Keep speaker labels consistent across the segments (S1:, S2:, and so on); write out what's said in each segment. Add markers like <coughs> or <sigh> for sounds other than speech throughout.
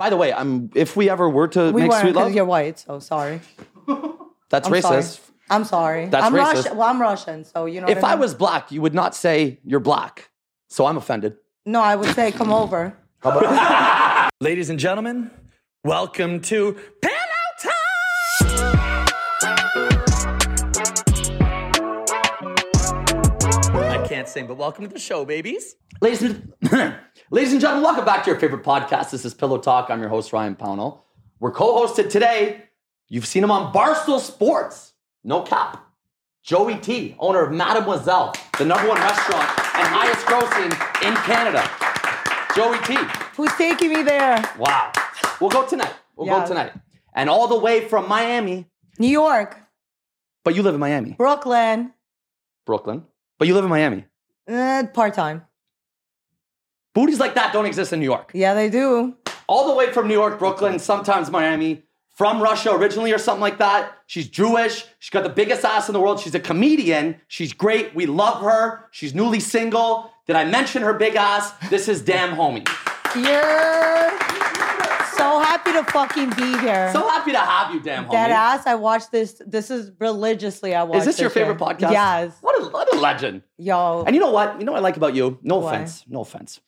S1: By the way, I'm if we ever were to
S2: We
S1: make
S2: weren't
S1: sweet
S2: because
S1: love,
S2: you're white, so sorry.
S1: that's
S2: I'm sorry.
S1: racist.
S2: I'm sorry.
S1: That's
S2: I'm
S1: racist.
S2: Russian. Well, I'm Russian, so you know.
S1: If
S2: what
S1: I
S2: mean?
S1: was black, you would not say you're black. So I'm offended.
S2: no, I would say come over.
S1: Ladies and gentlemen, welcome to Pillow Time.
S3: I can't sing, but welcome to the show, babies.
S1: Ladies and, <clears throat> ladies and gentlemen, welcome back to your favorite podcast. This is Pillow Talk. I'm your host, Ryan Pownell. We're co hosted today. You've seen him on Barstool Sports, no cap. Joey T, owner of Mademoiselle, the number one restaurant and highest grossing in Canada. Joey T,
S2: Who's taking me there?
S1: wow. We'll go tonight. We'll
S2: Yeah.
S1: go tonight. And all the way from Miami,
S2: New York,
S1: but you live in Miami,
S2: Brooklyn,
S1: Brooklyn, but you live in Miami.
S2: uh, part time.
S1: Booties like that don't exist in New York.
S2: Yeah, they do.
S1: all the way from New York, Brooklyn, sometimes Miami, from Russia originally or something like that. She's Jewish. She's got the biggest ass in the world. She's a comedian. She's great. We love her. She's newly single. Did I mention her big ass? This is damn homie.
S2: You're so happy to fucking be here.
S1: So happy to have you, damn homie.
S2: Dead ass. I watched this. This is religiously. I watched.
S1: Is this your favorite
S2: shit.
S1: podcast?
S2: Yes.
S1: What a, what a legend.
S2: Yo,
S1: And you know what? You know what I like about you? No
S2: Why?
S1: offense. No offense.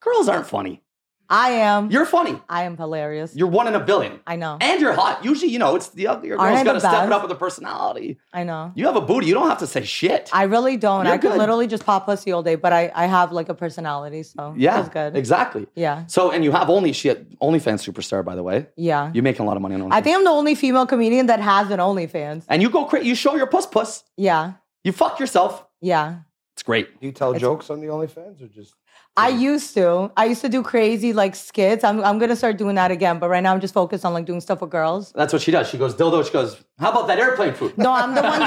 S1: Girls aren't funny.
S2: I am.
S1: You're funny.
S2: I am hilarious.
S1: You're one in a billion.
S2: I know.
S1: And you're hot. Usually, you know, it's the other your
S2: Aren't I
S1: girl's
S2: the
S1: got to step it
S2: best?
S1: up with the personality.
S2: I know.
S1: You have a booty. You don't have to say shit.
S2: I really don't.
S1: You're
S2: I could
S1: good.
S2: literally just pop pussy all day, but I, I have like a personality, so
S1: Yeah,
S2: it's good.
S1: Exactly.
S2: Yeah.
S1: So, and you have only she OnlyFans superstar, by the way.
S2: Yeah.
S1: You're making a lot of money on OnlyFans.
S2: I think I'm the only female comedian that has an OnlyFans.
S1: and you go crazy. You show your puss puss.
S2: Yeah.
S1: You fuck yourself.
S2: Yeah.
S1: It's great.
S4: Do you tell jokes on the OnlyFans or just?
S2: I used to. I used to do crazy like skits. I'm I'm gonna start doing that again, but right now I'm just focused on like doing stuff with girls.
S1: That's what she does. She goes dildo. She goes, how about that airplane food?
S2: No, I'm the
S1: <laughs>
S2: one. no,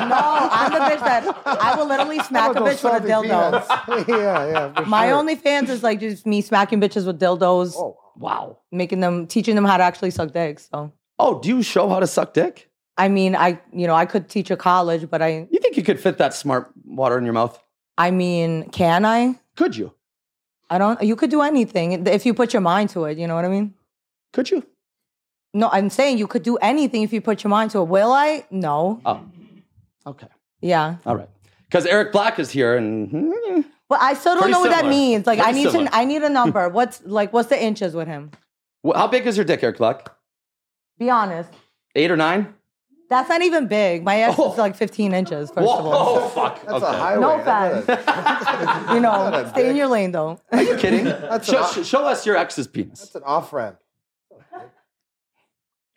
S2: I'm the bitch that I will literally smack a bitch with a dildo. <laughs>
S4: dildo. <laughs> yeah, yeah. for
S2: My
S4: sure.
S2: OnlyFans is like just me smacking bitches with dildos,
S4: Oh,
S1: Wow.
S2: making them, teaching them how to actually suck dicks. So
S1: Oh, do you show how to suck dick?
S2: I mean, I you know I could teach a college, but I
S1: You think you could fit that smart water in your mouth?
S2: I mean, can I?
S1: Could you?
S2: I don't. You could do anything if you put your mind to it. You know what I mean?
S1: Could you?
S2: No, I'm saying you could do anything if you put your mind to it. Will I? No.
S1: Oh. Okay.
S2: Yeah.
S1: All right. Because Eric Black is here, and hmm,
S2: But I still don't
S1: Pretty
S2: know what that
S1: similar.
S2: means. Like I
S1: Pretty
S2: need
S1: similar.
S2: to. I need a
S1: <laughs>
S2: number. what's like? What's the inches with him?
S1: Wh- how big is your dick, Eric Black?
S2: Be honest.
S1: Eight or nine?
S2: That's not even big. My ass
S1: Oh.
S2: is like 15 inches. First of all,
S1: Whoa! <laughs> Fuck.
S4: that's
S1: okay.
S4: a highway.
S2: No
S4: that's not a-
S1: <laughs>
S2: you know,
S4: a
S2: stay in
S4: dick.
S2: your lane though.
S1: Are you kidding?
S2: <laughs>
S1: show, sh- show us your ex's penis.
S4: That's an off ramp.
S1: Are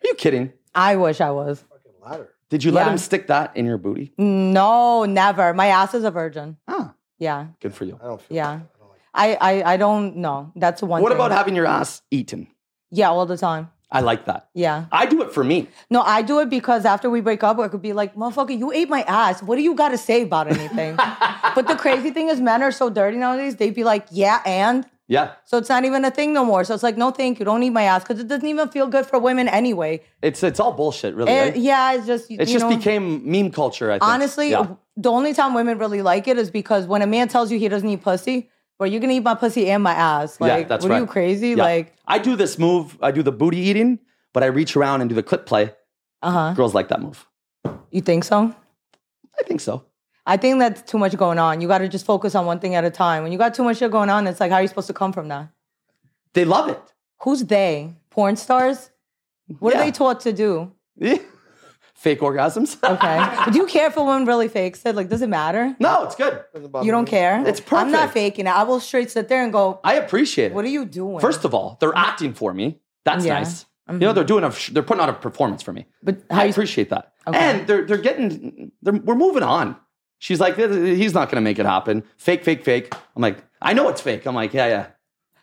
S1: you kidding?
S2: I wish I was.
S4: Fucking ladder.
S1: Did you let
S2: Yeah.
S1: him stick that in your booty?
S2: No, never. My ass is a virgin.
S1: Ah,
S2: Yeah.
S1: good for you.
S2: Uh,
S4: I don't feel.
S2: Yeah. I I, I don't know. That's one.
S1: What
S2: thing.
S1: about having your ass eaten?
S2: Yeah, all the time.
S1: I like that.
S2: Yeah.
S1: I do it for me.
S2: No, I do it because after we break up, I could be like, motherfucker, you ate my ass. What do you got to say about
S1: <laughs>
S2: anything? but the crazy thing is, men are so dirty nowadays. They'd be like, yeah, and?
S1: Yeah,
S2: So it's not even a thing no more. So it's like, no, thank you. Don't eat my ass because it doesn't even feel good for women anyway.
S1: it's it's all bullshit, really.
S2: Eh,
S1: right?
S2: yeah, it's just,
S1: It's
S2: you
S1: just
S2: know,
S1: became meme culture. I think.
S2: honestly,
S1: Yeah.
S2: the only time women really like it is because when a man tells you he doesn't eat pussy, well, you're going to eat my pussy and my ass. Like,
S1: yeah, that's
S2: what
S1: right.
S2: are you crazy?
S1: Yeah.
S2: Like,
S1: I do this move. I do the booty eating, but I reach around and do the clip play.
S2: uh huh.
S1: Girls like that move.
S2: You think so?
S1: I think so.
S2: I think that's too much going on. You got to just focus on one thing at a time. When you got too much shit going on, it's like, how are you supposed to come from that?
S1: They love it.
S2: Who's they? Porn stars? What
S1: Yeah.
S2: are they taught to do?
S1: Yeah. <laughs> Fake orgasms. <laughs>
S2: Okay. do you care if a woman really fakes it? Like, does it matter?
S1: no, it's good.
S2: You don't care?
S1: It's
S2: I'm not
S1: perfect.
S2: faking it. I will straight sit there and go,
S1: I appreciate it.
S2: what are you doing?
S1: First of all, they're acting for me. That's
S2: Yeah.
S1: nice. You know, they're doing a, they're putting on a performance for me.
S2: But how
S1: I
S2: you,
S1: appreciate that. And they're they're getting they're, we're moving on. She's like, he's not gonna make it happen. Fake, fake, fake. I'm like, I know it's fake. I'm like, yeah, yeah.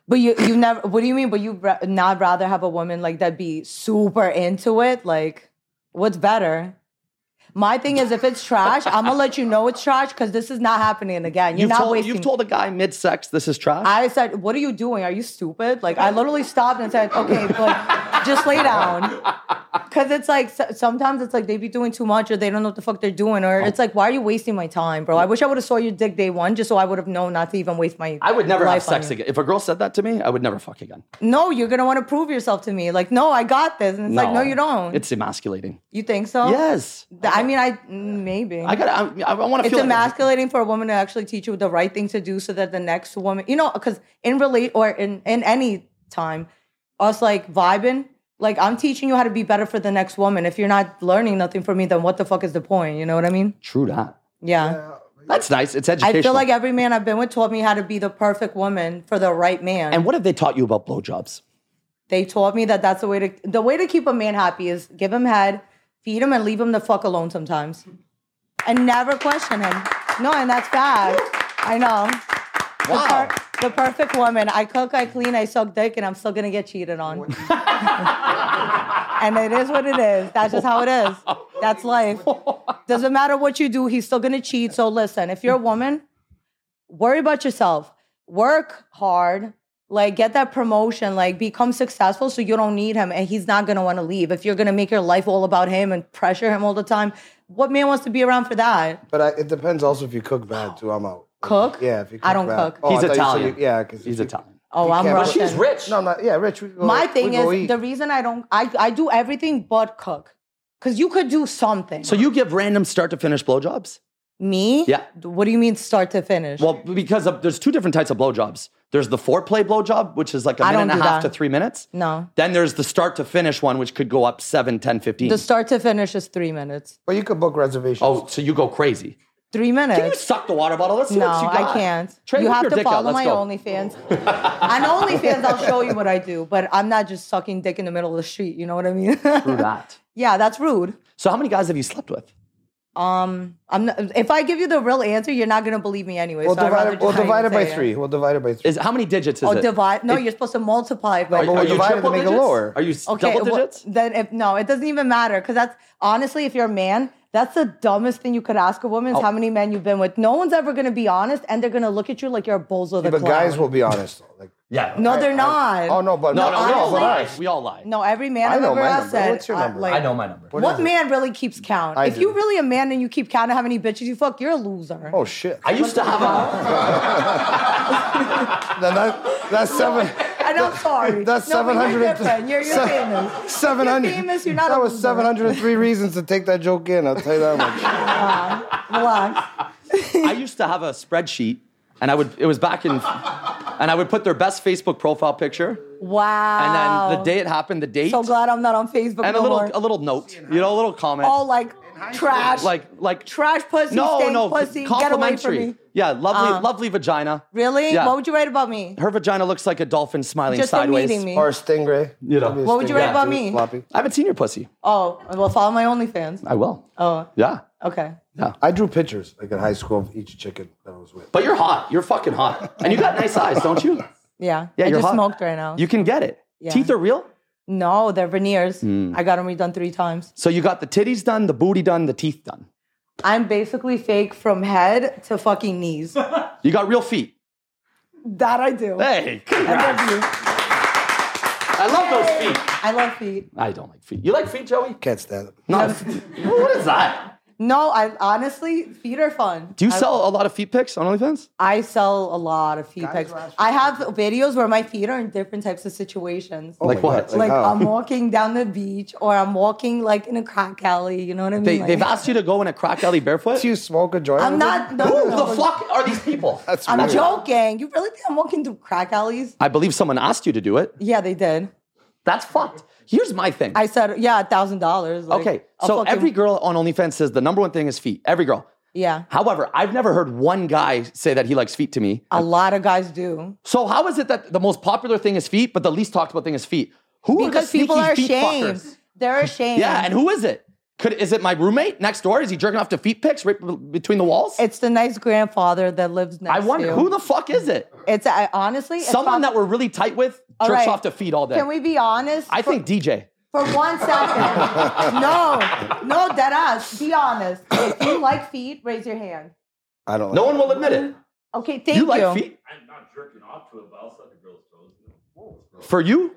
S2: but you, you never, what do you mean? But you ra- not rather have a woman like that be super into it? Like, what's better? My thing is, if it's trash, I'm gonna let you know it's trash because this is not happening again. You're
S1: You've
S2: not
S1: told
S2: wasting.
S1: you've told a guy mid sex this is trash.
S2: I said, "What are you
S1: <laughs>
S2: doing? Are you stupid?" Like I literally stopped and said, "Okay, like just lay down." Because it's like so- sometimes it's like they be doing too much or they don't know what the fuck they're doing or it's like why are you wasting my time, bro? I wish I would have saw your dick day one just so I would have known not to even waste my.
S1: I would never have
S2: life on
S1: sex
S2: you.
S1: again. If a girl said that to me, I would never fuck again.
S2: No, you're gonna want to prove yourself to me. Like no, I got this, and it's like no, you don't. Oh.
S1: It's emasculating.
S2: you think so?
S1: Yes.
S2: Th- I mean, I mm, maybe.
S1: I got. I, I want to
S2: it's
S1: feel. like-
S2: emasculating for a woman to actually teach you the right thing to do so that the next woman you know because in relate or in in any time us like vibing like i'm teaching you how to be better for the next woman if you're not learning nothing from me then what the fuck is the point you know what i mean
S1: True that.
S2: yeah,
S1: That's nice. It's educational.
S2: i feel like every man i've been with taught me how to be the perfect woman for the right man
S1: and what have they taught you about blowjobs?
S2: they taught me that that's the way to the way to keep a man happy is give him head feed him and leave him the fuck alone sometimes and never question him no and that's bad i know the,
S1: Wow.
S2: per- the perfect woman. I cook, I clean, I suck dick, and I'm still gonna get cheated on. and it is what it is. That's just how it is. That's life. Doesn't matter what you do, he's still gonna cheat. So listen, if you're a woman, worry about yourself. Work hard. Like get that promotion, like become successful so you don't need him and he's not gonna wanna leave. If you're gonna make your life all about him and pressure him all the time, what man wants to be around for that?
S4: But I, it depends also if you cook bad too. I'm out.
S2: Cook?
S4: Yeah, if you cook
S2: I don't
S4: bad.
S2: cook.
S4: Oh, I
S1: He's
S4: thought you said
S1: Italian.
S4: you- yeah, because
S1: He's Italian.
S2: Oh, I'm
S4: can't- But
S2: Russian.
S4: she's
S1: rich.
S4: No, not yeah, Rich. We go,
S2: My
S4: we
S2: thing
S4: go
S2: is
S4: eat.
S2: the reason I don't I I do everything but cook. Cause you could do something.
S1: So you give random start to finish blowjobs?
S2: me?
S1: Yeah.
S2: What do you mean start to finish?
S1: Well, because of, there's two different types of blowjobs. There's the foreplay blowjob, which is like a
S2: I
S1: minute and
S2: don't
S1: a
S2: do
S1: half
S2: that.
S1: to three minutes.
S2: no.
S1: Then there's the start to finish one, which could go up 7, 10, 15.
S2: The start to finish is three minutes.
S4: But you could book reservations.
S1: oh, so you go crazy.
S2: Three
S1: You
S2: minutes.
S1: suck the water bottle. Let's see
S2: no,
S1: what you got.
S2: I can't.
S1: Trade
S2: you
S1: with
S2: have
S1: your
S2: to
S1: dick out.
S2: follow
S1: Let's
S2: my
S1: go.
S2: OnlyFans. On OnlyFans, I'll show you what I do, but I'm not just sucking dick in the middle of the street. You know what I
S1: True
S2: mean? <laughs>
S1: that.
S2: yeah, that's rude.
S1: So how many guys have you slept with?
S2: I'm not, if I give you the real answer, you're not gonna believe me anyway.
S4: we'll
S2: so I'd
S4: divide
S2: rather
S4: it.
S2: just
S4: We'll
S2: not even
S4: divide it by
S2: say
S4: three. We'll divide it by three.
S1: Is How many digits is
S2: Oh,
S1: it?
S2: divide. No, you're supposed to multiply. by
S4: but
S1: Are
S4: we'll
S1: you
S4: divide it
S1: triple
S4: to make it
S1: digits?
S4: lower.
S1: Are you s- double
S2: well,
S1: digits?
S2: then if no, it doesn't even matter because that's honestly, if you're a man, that's the dumbest thing you could ask a
S4: Oh.
S2: woman is how many men you've been with. No one's ever gonna be honest, and they're gonna look at you like you're a bozo. The
S4: But
S2: clown.
S4: guys will be honest. though, Like,
S1: yeah.
S2: No, they're
S4: I-
S2: not.
S4: oh no, but
S1: no, no, we all
S2: honestly-
S1: lie.
S4: but
S1: We all lie.
S2: No, every man
S4: I
S2: I've
S4: know
S2: ever
S4: my
S2: asked
S4: number.
S2: said.
S4: What's your
S2: uh,
S4: number?
S2: like,
S1: I know my number.
S4: What
S2: What
S4: is it?
S2: man really keeps count?
S4: I
S2: if
S4: do.
S2: you really a man and you keep count of how many bitches you fuck, you're a loser.
S4: Oh shit.
S1: I used to have a.
S4: Then that, that's seven.
S2: <laughs>
S1: <laughs>
S2: And I'm sorry.
S4: <laughs> That's
S2: no, but you're
S4: 700
S2: different. You're, you're
S4: <laughs> Se-
S2: famous.
S4: Seven hundred.
S2: You're famous. You're not
S4: That
S2: a
S4: was
S2: loser.
S4: seven hundred and three reasons to take that joke in. I'll tell you that
S2: <laughs>
S4: much.
S2: Relax.
S1: I used to have a spreadsheet, and I would. It was back in, and I would put their best Facebook profile picture, and
S2: Wow.
S1: then the day it happened, the date,
S2: So glad I'm not on Facebook
S1: and a
S2: no
S1: little
S2: more.
S1: a little note, you know, a little comment,
S2: all like trash,
S1: like like
S2: trash pussy,
S1: no
S2: stank
S1: no
S2: pussy. Get away from
S1: complimentary.
S2: me.
S1: Yeah, lovely
S2: Uh.
S1: lovely vagina.
S2: Really?
S1: Yeah.
S2: What would you write about me?
S1: Her vagina looks like a dolphin smiling
S2: Just for
S1: sideways.
S2: meeting me.
S4: Or a stingray.
S1: You know.
S4: Maybe a
S1: What
S2: would you
S4: stingray
S1: write about
S4: too,
S2: me?
S4: Floppy.
S1: I haven't seen your pussy.
S2: oh, well, follow my OnlyFans.
S1: I will.
S2: Oh,
S1: Yeah.
S2: okay.
S1: Yeah.
S4: I drew pictures like in high school of each chicken that I was with.
S1: But you're hot. You're fucking hot, and you got nice eyes, don't you?
S2: Yeah.
S1: Yeah,
S2: I
S1: you're
S2: just
S1: hot.
S2: smoked right now.
S1: You can get it.
S2: Yeah.
S1: Teeth are real.
S2: no, they're veneers.
S1: Mm.
S2: I got them redone three times.
S1: So you got the titties done, the booty done, the teeth done.
S2: I'm basically fake from head to fucking knees.
S1: <laughs> You got real feet.
S2: that I do.
S1: Hey, congrats.
S2: I love you.
S1: I love those feet.
S2: I love feet.
S1: I don't like feet. You like feet, Joey?
S4: Can't stand it.
S1: No. <laughs> what is that?
S2: No, I honestly, feet are fun.
S1: Do you
S2: I-
S1: sell a lot of feet pics on OnlyFans?
S2: I sell a lot of feet pics.
S4: will ask for
S2: I have videos where my feet are in different types of situations.
S1: Like
S4: Oh my
S1: what?
S4: God,
S2: like
S4: how?
S2: I'm walking down the beach or I'm walking like in a crack alley. You know what I mean?
S1: They,
S2: Like,
S1: they've asked you to go in a crack alley barefoot.
S4: <laughs> Do you smoke a joint?
S2: I'm
S4: with
S2: not.
S4: it?
S2: No, no,
S1: Who
S2: no.
S1: the fuck are these <laughs> people?
S4: That's
S2: I'm
S4: weird.
S2: joking. You really think I'm walking through crack alleys?
S1: I believe someone asked you to do it.
S2: Yeah, they did.
S1: That's fucked. Here's my thing.
S2: I said, yeah, a thousand dollars. like,
S1: okay,
S2: I'll
S1: so
S2: fucking-
S1: every girl on OnlyFans says the number one thing is feet. Every girl.
S2: yeah,
S1: However, I've never heard one guy say that he likes feet to me.
S2: a lot of guys do
S1: So how is it that the most popular thing is feet, but the least talked about thing is feet? Who are the
S2: because people
S1: sneaky
S2: are
S1: feet
S2: ashamed.
S1: fuckers?
S2: They're
S1: <laughs>
S2: ashamed.
S1: Yeah, and who is it? Could is it my roommate next door? Is he jerking off to feet pics right b- between the walls?
S2: It's the nice grandfather that lives next.
S1: I wonder
S2: to you.
S1: who the fuck is it?
S2: It's I, honestly it's
S1: Someone
S2: prob-
S1: that we're really tight with
S2: All
S1: jerks
S2: right.
S1: off to feet all day.
S2: Can we be honest?
S1: I
S2: for-
S1: think DJ.
S2: For one second. no, no, dead ass. Be honest. If you like feet, raise your hand.
S4: I don't.
S1: No
S4: like
S1: one will admit it.
S2: Okay, thank
S1: You
S2: you.
S1: like feet?
S5: I'm not jerking off to it, but I'll suck the girl's toes.
S1: For you?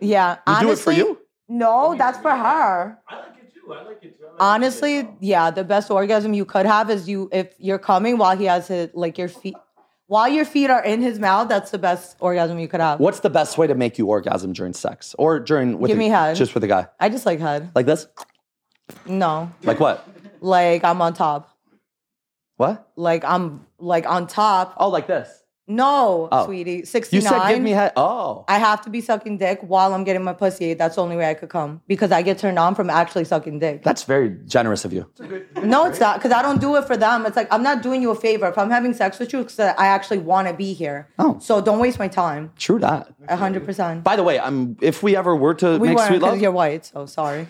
S2: Yeah.
S1: You
S2: honestly,
S1: do it for you?
S2: No, that's for her.
S5: I like it too. I like it too. I like
S2: Honestly, yeah, the best orgasm you could have is you if you're coming while he has his like your feet while your feet are in his mouth, that's the best orgasm you could have.
S1: What's the best way to make you orgasm during sex or during with
S2: Give
S1: a-
S2: me head.
S1: just with a guy
S2: I just like head.
S1: like this?
S2: No.
S1: Like what?
S2: Like I'm on top.
S1: What?
S2: Like I'm like on top.
S1: Oh, like this.
S2: No,
S1: Oh.
S2: sweetie.
S1: You
S2: 69.
S1: said give me head. Oh,
S2: I have to be sucking dick while I'm getting my pussy. That's the only way I could come because I get turned on from actually sucking dick.
S1: that's very generous of you.
S2: No, it's not because I don't do it for them. It's like I'm not doing you a favor if I'm having sex with you because I actually want to be here.
S1: Oh.
S2: so don't waste my time.
S1: True that.
S2: A hundred percent.
S1: By the way, I'm if we ever were to
S2: We
S1: make
S2: weren't
S1: sweet
S2: because
S1: love,
S2: you're white. So sorry.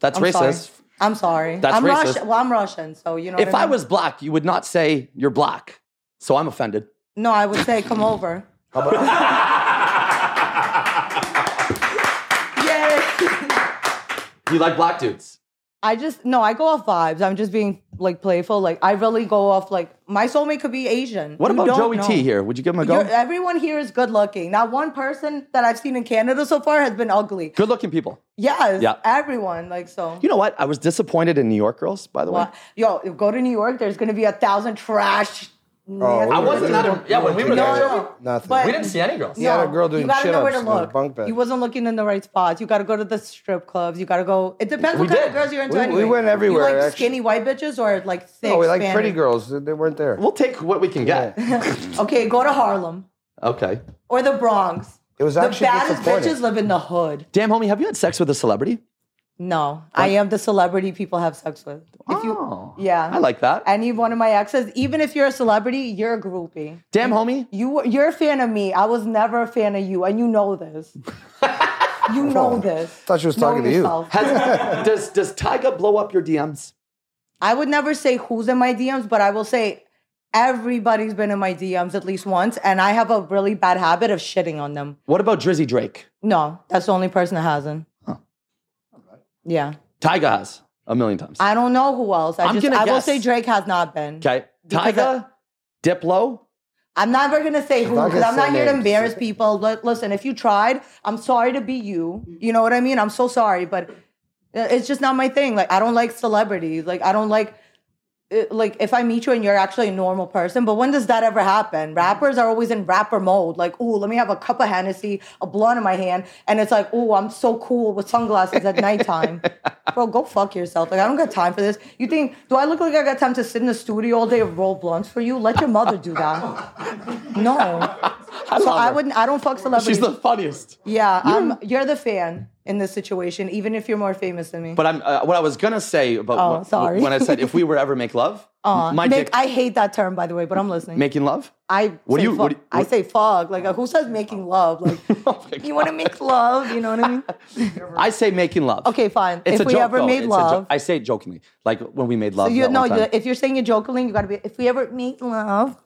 S1: that's
S2: I'm sorry.
S1: racist.
S2: I'm sorry.
S1: That's
S2: I'm
S1: racist.
S2: Russian. Well, I'm Russian, so you know.
S1: If
S2: what I,
S1: I
S2: mean?
S1: was black, you would not say you're black. So I'm offended.
S2: no, I would say come over. <laughs>
S1: You like black dudes?
S2: I just no, I go off vibes. I'm just being like playful. Like I really go off. Like my soulmate could be Asian.
S1: What
S2: You
S1: about
S2: don't
S1: Joey
S2: know.
S1: T here? Would you give him a go?
S2: You're- everyone here is good looking. Not one person that I've seen in Canada so far has been ugly.
S1: Good looking people.
S2: Yes,
S1: Yeah.
S2: everyone like so.
S1: You know what? I was disappointed in New York girls, by the way.
S2: Well, yo, if go to New York, there's gonna be a thousand trash.
S4: Oh,
S1: I wasn't that.
S4: Nothing.
S1: yeah, when we were
S2: No,
S1: there,
S2: no,
S4: Nothing.
S2: but-
S1: we didn't see any girls.
S4: Yeah. had a girl doing
S2: you gotta know where to
S4: chin-ups on a
S2: look.
S4: bunk bed.
S2: You wasn't looking in the right spots. You gotta go to the strip clubs. You gotta go. It depends
S1: We
S2: what kind
S1: did.
S2: of girls you're into.
S4: We- we
S2: anyway.
S4: went everywhere,
S2: You like
S4: actually.
S2: skinny white bitches or like thick?
S4: No, we like
S2: Spanish?
S4: pretty girls. They weren't there.
S1: We'll take what we can get.
S2: Okay, go to Harlem
S1: Okay.
S2: or the Bronx.
S4: It was
S2: The
S4: actually
S2: baddest
S4: disappointing.
S2: bitches live in the hood.
S1: Damn, homie, have you had sex with a celebrity?
S2: No, I am the celebrity people have sex with. If
S1: Oh.
S2: you, yeah,
S1: I like that.
S2: Any one of my exes, even if you're a celebrity, you're a groupie.
S1: Damn,
S2: <laughs>
S1: homie.
S2: You were- you're a fan of me. I was never a fan of you, and you know
S4: <laughs>
S2: this. you know this.
S4: thought she was
S2: Know
S4: talking to you.
S2: yourself.
S1: Has, does does Tyga blow up your DMs?
S2: I would never say who's in my DMs, but I will say everybody's been in my DMs at least once, and I have a really bad habit of shitting on them.
S1: What about Drizzy Drake?
S2: No, that's the only person that hasn't. Yeah,
S1: Tyga has a million times.
S2: I don't know who else. I
S1: I'm
S2: just
S1: gonna
S2: I will
S1: guess.
S2: say Drake has not been.
S1: okay.
S2: Because
S1: Tyga, Diplo.
S2: I'm never gonna say who
S4: not
S2: because
S4: gonna
S2: I'm not
S4: say
S2: here to
S4: names.
S2: embarrass people. Li- Listen, if you tried, I'm sorry to be you. You know what I mean? I'm so sorry, but uh, it's just not my thing. Like I don't like celebrities. Like I don't like it- like if I meet you and you're actually a normal person. But when does that ever happen? Rappers are always in rapper mode. Like, ooh, let me have a cup of Hennessy, a blunt in my hand, and it's like, ooh, I'm so cool with sunglasses at
S4: <laughs>
S2: nighttime. Bro, go fuck yourself. Like I don't got time for this. You think do I look like I got time to sit in the studio all day and roll blunts for you? Let your mother do that.
S1: <laughs>
S2: No. so
S1: love
S2: I
S1: her.
S2: wouldn't. I don't fuck
S1: She's
S2: celebrities.
S1: the funniest.
S2: yeah, I'm. You're the fan in this situation, even if you're more famous than me.
S1: But I'm uh, what I was gonna say about
S2: Oh,
S1: wh- wh-
S2: sorry.
S1: when I said
S2: <laughs>
S1: if we were ever make love, my
S2: make,
S1: dick
S2: Uh, I hate that term, by the way. But I'm listening.
S1: making love. <laughs>
S2: I
S1: What do
S2: say
S1: you-
S2: Fuck,
S1: what do you-
S2: I say fuck. Like uh, who says making love?
S1: <laughs>
S2: Like
S1: Oh my
S2: you want to make love? You know what I
S1: <laughs>
S2: mean?
S1: I say making love.
S2: Okay, fine.
S1: It's
S2: if
S1: a
S2: we
S1: joke,
S2: ever
S1: though.
S2: made
S1: It's a jo-
S2: love,
S1: I say it jokingly, like when we made love.
S2: you
S1: that
S2: no.
S1: one time.
S2: You, if you're saying it jokingly, you gotta be. If we ever make love,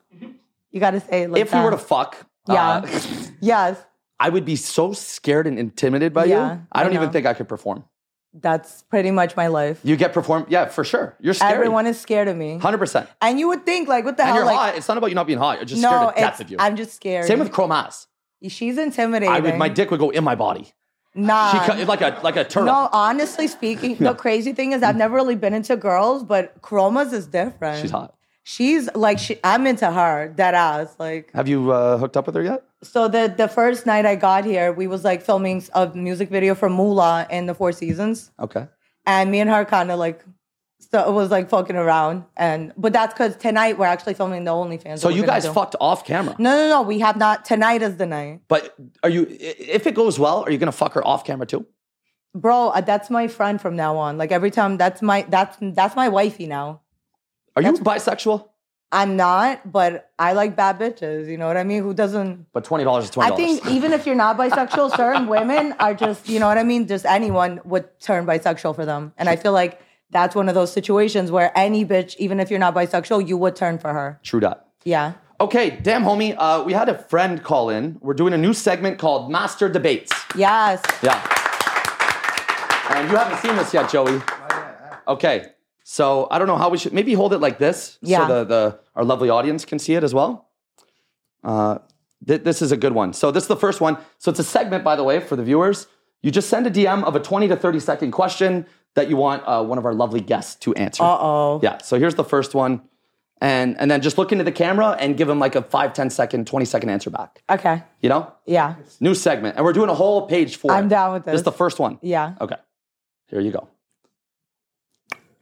S2: you gotta say it like
S1: if we were to
S2: that.
S1: fuck,
S2: Yeah.
S1: uh,
S2: yes,
S1: <laughs> I would be so scared and intimidated by
S2: Yeah,
S1: you. I don't
S2: I
S1: even
S2: know.
S1: think I could perform.
S2: that's pretty much my life.
S1: You get perform, yeah, for sure. You're scary.
S2: Everyone is scared of me,
S1: hundred percent.
S2: and you would think like, what the
S1: And
S2: hell?
S1: you're
S2: like,
S1: hot. It's not about you not being hot. You're just
S2: no,
S1: scared to death
S2: it's-
S1: of you.
S2: I'm just scared.
S1: Same with Chrome Ass.
S2: she's intimidating.
S1: I would, my dick would go in my body.
S2: nah.
S1: She cut, like a like a turtle.
S2: Uh, no, honestly speaking, the crazy thing is I've never really been into girls, but Chroma's is different.
S1: She's hot.
S2: She's like she, I'm into her dead ass. Like
S1: Have you uh, hooked up with her yet?
S2: so the the first night I got here, we was like filming a music video for Mula in the Four Seasons,
S1: Okay.
S2: and me and her kind of like so it was like fucking around, and but that's because tonight we're actually filming the OnlyFans.
S1: So
S2: that we're
S1: you
S2: gonna
S1: guys
S2: do.
S1: fucked off camera.
S2: No, no, no. We have not. Tonight is the night,
S1: But are you? i- If it goes well, are you gonna fuck her off camera too?
S2: bro. uh, That's my friend from now on. Like every time, that's my that's that's my wifey now.
S1: Are you bisexual?
S2: I'm not, but I like bad bitches. You know what I mean? Who doesn't?
S1: But twenty dollars is twenty
S2: I
S1: dollars.
S2: think even if you're not bisexual, certain women are just, you know what I mean? Just anyone would turn bisexual for them. And I feel like that's one of those situations where any bitch, even if you're not bisexual, you would turn for her.
S1: <laughs> True that.
S2: Yeah.
S1: Okay, damn homie, uh, we had a friend call in. We're doing a new segment called Master Debates.
S2: Yes.
S1: Yeah. And you haven't seen this yet, Joey. Okay. So I don't know how we should maybe hold it like this
S2: Yeah.
S1: so the, the our lovely audience can see it as well. Uh, th- this is a good one. So this is the first one. So it's a segment, by the way, for the viewers. You just send a DM of a 20 to 30 second question that you want uh, one of our lovely guests to answer.
S2: Uh oh.
S1: Yeah, so here's the first one. And, and then just look into the camera and give them like a 5, 10 second, 20 second answer back.
S2: Okay.
S1: You know?
S2: Yeah.
S1: New segment. And we're doing a whole page for
S2: I'm
S1: it.
S2: down with
S1: This is
S2: this.
S1: the first one.
S2: Yeah.
S1: Okay. Here you go.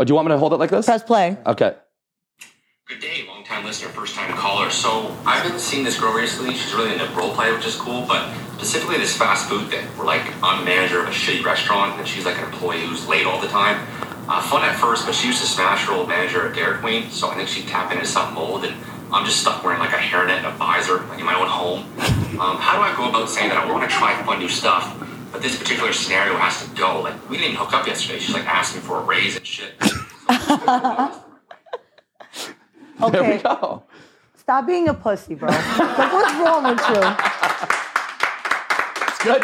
S1: Oh, do you want me to hold it like this?
S2: Press play.
S1: Okay.
S5: Good day, long time listener, first time caller. So I've been seeing this girl recently. She's really into role play, which is cool, but specifically this fast food thing. We're like I'm a manager of a shitty restaurant, and she's like an employee who's late all the time. Uh, fun at first, but she used to smash her old manager at Dairy Queen, so I think she tapped into something old, and I'm just stuck wearing like a hairnet and a visor like in my own home. Um, how do I go about saying that I want to try fun new stuff, but this particular scenario has to go? Like we didn't hook up yesterday. She's like asking for a raise and shit.
S1: There we
S2: Okay.
S1: go.
S2: Stop being a pussy, bro. like, what's wrong with you?
S1: It's good.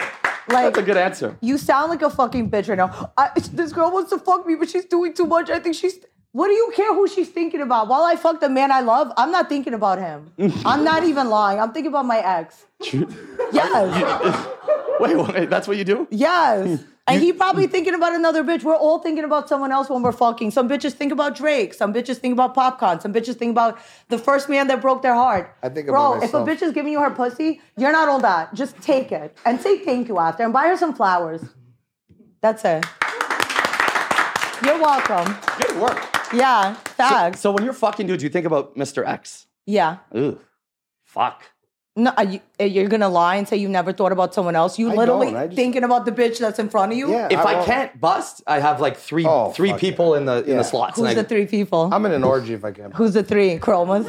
S2: Like,
S1: That's a good answer.
S2: you sound like a fucking bitch right now. I, this girl wants to fuck me, but she's doing too much. I think she's. What do you care who she's thinking about? While I fuck the man I love, I'm not thinking about him. I'm not even lying. I'm thinking about my ex. Yes.
S1: Wait, wait, that's what you do?
S2: Yes.
S4: Hmm.
S2: And he probably thinking about another bitch. We're all thinking about someone else when we're fucking. Some bitches think about Drake. Some bitches think about popcorn. Some bitches think about the first man that broke their heart.
S4: I think
S2: Bro,
S4: about
S2: if
S4: myself.
S2: a bitch is giving you her pussy, you're not all that. Just take it and say thank you after and buy her some flowers. That's it. You're welcome.
S1: Good work.
S2: Yeah. Thanks.
S1: So when you're fucking dudes, you think about Mr. X.
S2: yeah.
S1: Ooh, fuck.
S2: No, are you, are gonna lie and say you never thought about someone else. You
S4: I
S2: literally
S4: don't. I just-
S2: thinking about the bitch that's in front of you.
S4: Yeah.
S1: If I,
S4: won't-
S1: can't bust, I have like three
S4: Oh,
S1: three
S4: fuck
S1: people
S4: yeah.
S1: in the in
S4: Yeah.
S1: the slots.
S2: Who's
S1: and I-
S2: the
S1: <laughs>
S2: three people?
S4: I'm in an orgy if I can.
S2: Who's the three? Chromas.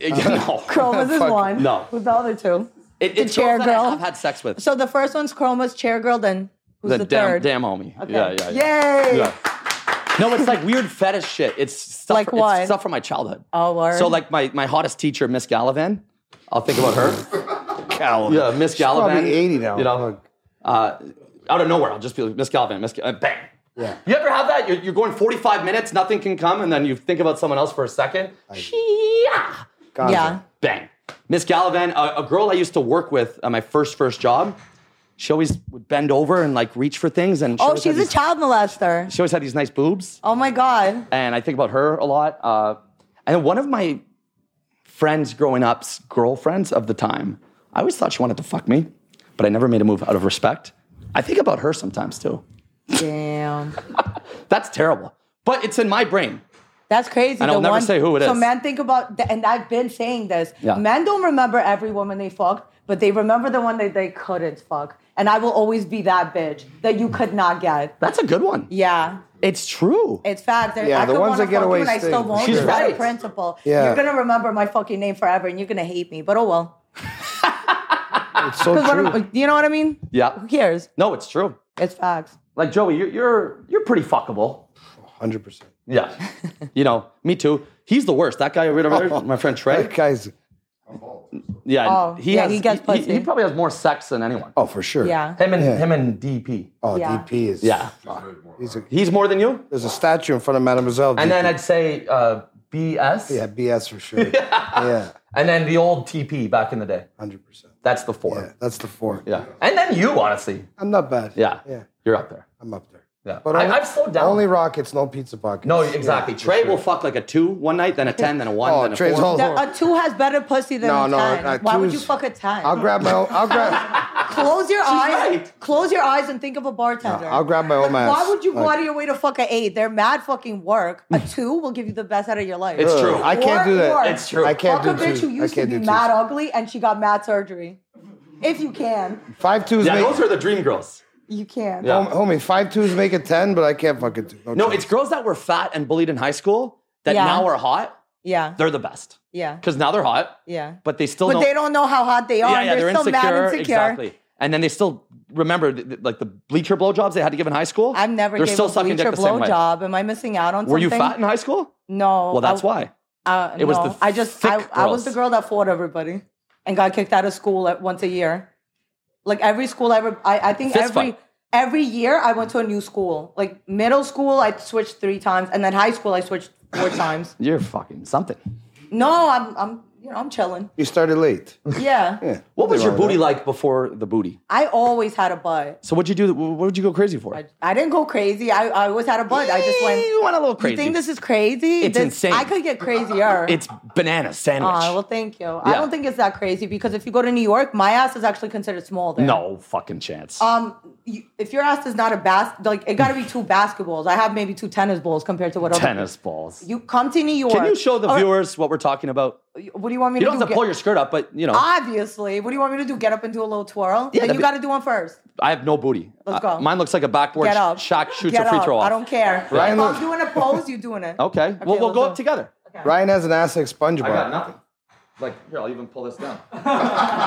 S1: no.
S2: Chromas is
S4: Fuck,
S2: one.
S1: no.
S2: Who's the other two?
S1: It,
S2: The
S1: it
S2: chair
S1: shows that
S2: girl.
S1: I have had sex with.
S2: So the first one's Chroma's chair girl, then who's the,
S1: damn,
S2: third?
S1: damn homie.
S2: Okay.
S1: Yeah, yeah, yeah.
S2: Yay!
S1: Yeah. No, it's like weird fetish shit. It's stuff
S2: Like
S1: it's
S2: what?
S1: stuff from my childhood.
S2: Oh, word.
S1: So like my, my hottest teacher, Miss Gallivan. I'll think about her. Yeah, Miss Gallivan.
S4: Probably 80 now. Oh,
S1: You know,
S4: Look,
S1: uh, out of nowhere, I'll just be like, Miss Galvin, Miss Gal- uh, bang.
S4: Yeah.
S1: You ever have that? You're, you're going 45 minutes, nothing can come, and then you think about someone else for a second. Yeah.
S4: Gonzo.
S2: Yeah.
S1: Bang. Miss Gallivan, a, a girl I used to work with at my first first job, she always would bend over and like reach for things, and she
S2: Oh,
S1: always had
S2: she's a
S1: these-
S2: child molester.
S1: She always had these nice boobs,
S2: Oh my god.
S1: and I think about her a lot. Uh, and one of my friends growing up's girlfriends of the time, I always thought she wanted to fuck me, but I never made a move out of respect. I think about her sometimes too.
S2: Damn.
S1: That's terrible. But it's in my brain.
S2: That's crazy.
S1: And
S2: the
S1: I'll never
S2: one,
S1: say who it
S2: So
S1: is.
S2: men think about, th- and I've been saying this.
S1: Yeah.
S2: Men don't remember every woman they fucked, but they remember the one that they couldn't fuck. And I will always be that bitch that you could not get.
S1: That's a good one.
S2: Yeah.
S1: It's true.
S2: It's fact.
S4: Yeah,
S2: I
S4: the
S2: could
S4: ones
S2: wanna
S4: that get
S2: fuck
S4: away
S2: you and I still
S4: stink.
S2: won't.
S1: She's
S2: She's right.
S1: right.
S2: a principle.
S4: Yeah.
S2: You're gonna remember my fucking name forever, and you're gonna hate me. But oh well.
S4: It's
S2: <laughs>
S4: so
S2: 'Cause what
S4: true.
S2: am- you know what I mean?
S1: Yeah.
S2: Who cares?
S1: no, it's true.
S2: It's facts.
S1: Like Joey, you're you're you're pretty fuckable.
S4: 100%.
S2: <laughs>
S1: Yeah. you know, me too. He's the worst. That guy over there,
S2: <laughs>
S1: my friend Trey.
S4: That guy's,
S1: Yeah.
S2: Oh, yeah, he gets
S1: he,
S2: pussy.
S1: he probably has more sex than anyone.
S4: oh, for sure.
S2: Yeah.
S1: Him and him and DP.
S4: Oh,
S2: Yeah.
S4: DP is.
S1: Yeah.
S4: He's a,
S1: He's more than you.
S4: there's a statue in front of Mademoiselle.
S1: And then
S4: DP.
S1: I'd say uh, BS.
S4: Yeah, BS for
S1: <laughs>
S4: sure. yeah,
S1: And then the old TP back in the day.
S4: 100%.
S1: That's the four.
S4: Yeah, that's the four.
S1: Yeah. And then you, honestly.
S4: I'm not bad.
S1: Yeah.
S4: Yeah.
S1: You're up there.
S4: I'm up there.
S1: Yeah. I- I've slowed down.
S4: Only rockets, no pizza pockets.
S1: No, exactly.
S4: Yeah, for
S1: Trey
S4: sure.
S1: will fuck like a two one night, then a ten, then a one.
S4: Oh,
S1: then a
S4: Trey's
S1: four.
S4: all
S2: That- a two has better pussy than
S4: No,
S2: a
S4: no,
S2: ten.
S4: uh,
S2: Why would you
S4: two's-
S2: fuck a 10
S4: I'll grab my own.
S1: <laughs>
S4: I'll grab.
S2: Close your eyes.
S1: right.
S2: Close your eyes and think of a bartender.
S4: I'll grab my own ass.
S2: Why would you go
S4: Like,
S2: out of your way to fuck a eight? They're mad fucking work. A two will give you the best out of your life.
S1: It's
S4: ugh,
S1: true.
S4: I can't do that.
S2: Or-
S1: It's true.
S4: I can't
S2: fuck a
S4: do
S2: bitch
S4: two.
S2: who
S4: I
S2: used to
S4: can't
S2: be
S4: do
S2: mad
S4: two.
S2: ugly and she got mad surgery. If you can,
S4: Five twos
S1: Yeah,
S4: make.
S1: those are the dream girls.
S2: you can.
S1: Yeah.
S4: homie, five twos make a ten, but I can't fucking do.
S1: No,
S4: chance.
S1: it's girls that were fat and bullied in high school that
S2: Yeah.
S1: now are hot.
S2: Yeah.
S1: They're the best
S2: Yeah.
S1: because now they're hot,
S2: Yeah.
S1: but they still
S2: But
S1: don't.
S2: they don't know how hot they are.
S1: yeah, yeah,
S2: Oh, they're,
S1: they're,
S2: still
S1: insecure.
S2: mad insecure.
S1: Exactly. And then they still remember th- th- like the bleacher blowjobs they had to give in high school.
S2: I've never
S1: They're
S2: gave
S1: still
S2: a
S1: sucking dick
S2: bleacher
S1: the same way.
S2: blowjob. Am I missing out on
S1: Were you
S2: something?
S1: fat in high school?
S2: No.
S1: Well, that's
S2: I,
S1: why.
S2: Uh,
S1: It was
S2: no.
S1: the
S2: I just I,
S1: thick
S2: I was
S1: girls.
S2: the girl that fought everybody and got kicked out of school at once a year. Like every school I ever I, I think
S1: Fist
S2: every
S1: fight.
S2: every year I went to a new school. Like middle school
S1: <coughs>
S2: I switched three times and then high school I switched four times.
S1: You're fucking something.
S2: No, I'm I'm you know,
S1: <laughs>
S2: I'm chilling.
S4: You started late.
S2: Yeah.
S4: Yeah.
S1: What was your
S4: Nothing wrong
S1: booty
S4: with
S1: like before the booty?
S2: I always had a butt.
S1: So what'd you do? What would you go crazy for?
S2: I, I didn't go crazy. I, I always had a butt. I just went.
S1: You went a little crazy.
S2: You think this is crazy?
S1: It's
S2: This-
S1: insane.
S2: I could get crazier.
S1: <laughs> It's banana sandwich.
S2: Aw, well, thank you. I
S1: Yeah.
S2: don't think it's that crazy because if you go to New York, my ass is actually considered small there.
S1: no fucking chance.
S2: Um, you, if your ass is not a bas, like it got to be
S1: <laughs>
S2: two basketballs. I have maybe two tennis balls compared to what other-
S1: Tennis balls.
S2: You come to New York.
S1: Can you show the
S2: or-
S1: viewers what we're talking about?
S2: What do you want me
S1: You
S2: to
S1: don't
S2: do?
S1: have to pull
S2: Get-
S1: your skirt up, but you know,
S2: Obviously, what do you want me to do? Get up and do a little twirl?
S1: Yeah,
S2: then you
S1: that'd
S2: got to
S1: be-
S2: do one first.
S1: I have no booty.
S2: Let's go.
S1: Uh, mine looks like a backboard
S2: Get up.
S1: sh- shot shoots
S2: Get
S1: a free
S2: up.
S1: throw off.
S2: I don't care.
S4: Ryan
S2: if
S4: looks-
S2: I'm doing a pose, you doing it.
S1: Okay. well, we'll
S2: let's
S1: go
S2: go.
S1: up together.
S4: that. Ryan has an ass like SpongeBob.
S1: nothing. Like here, I'll even pull this down.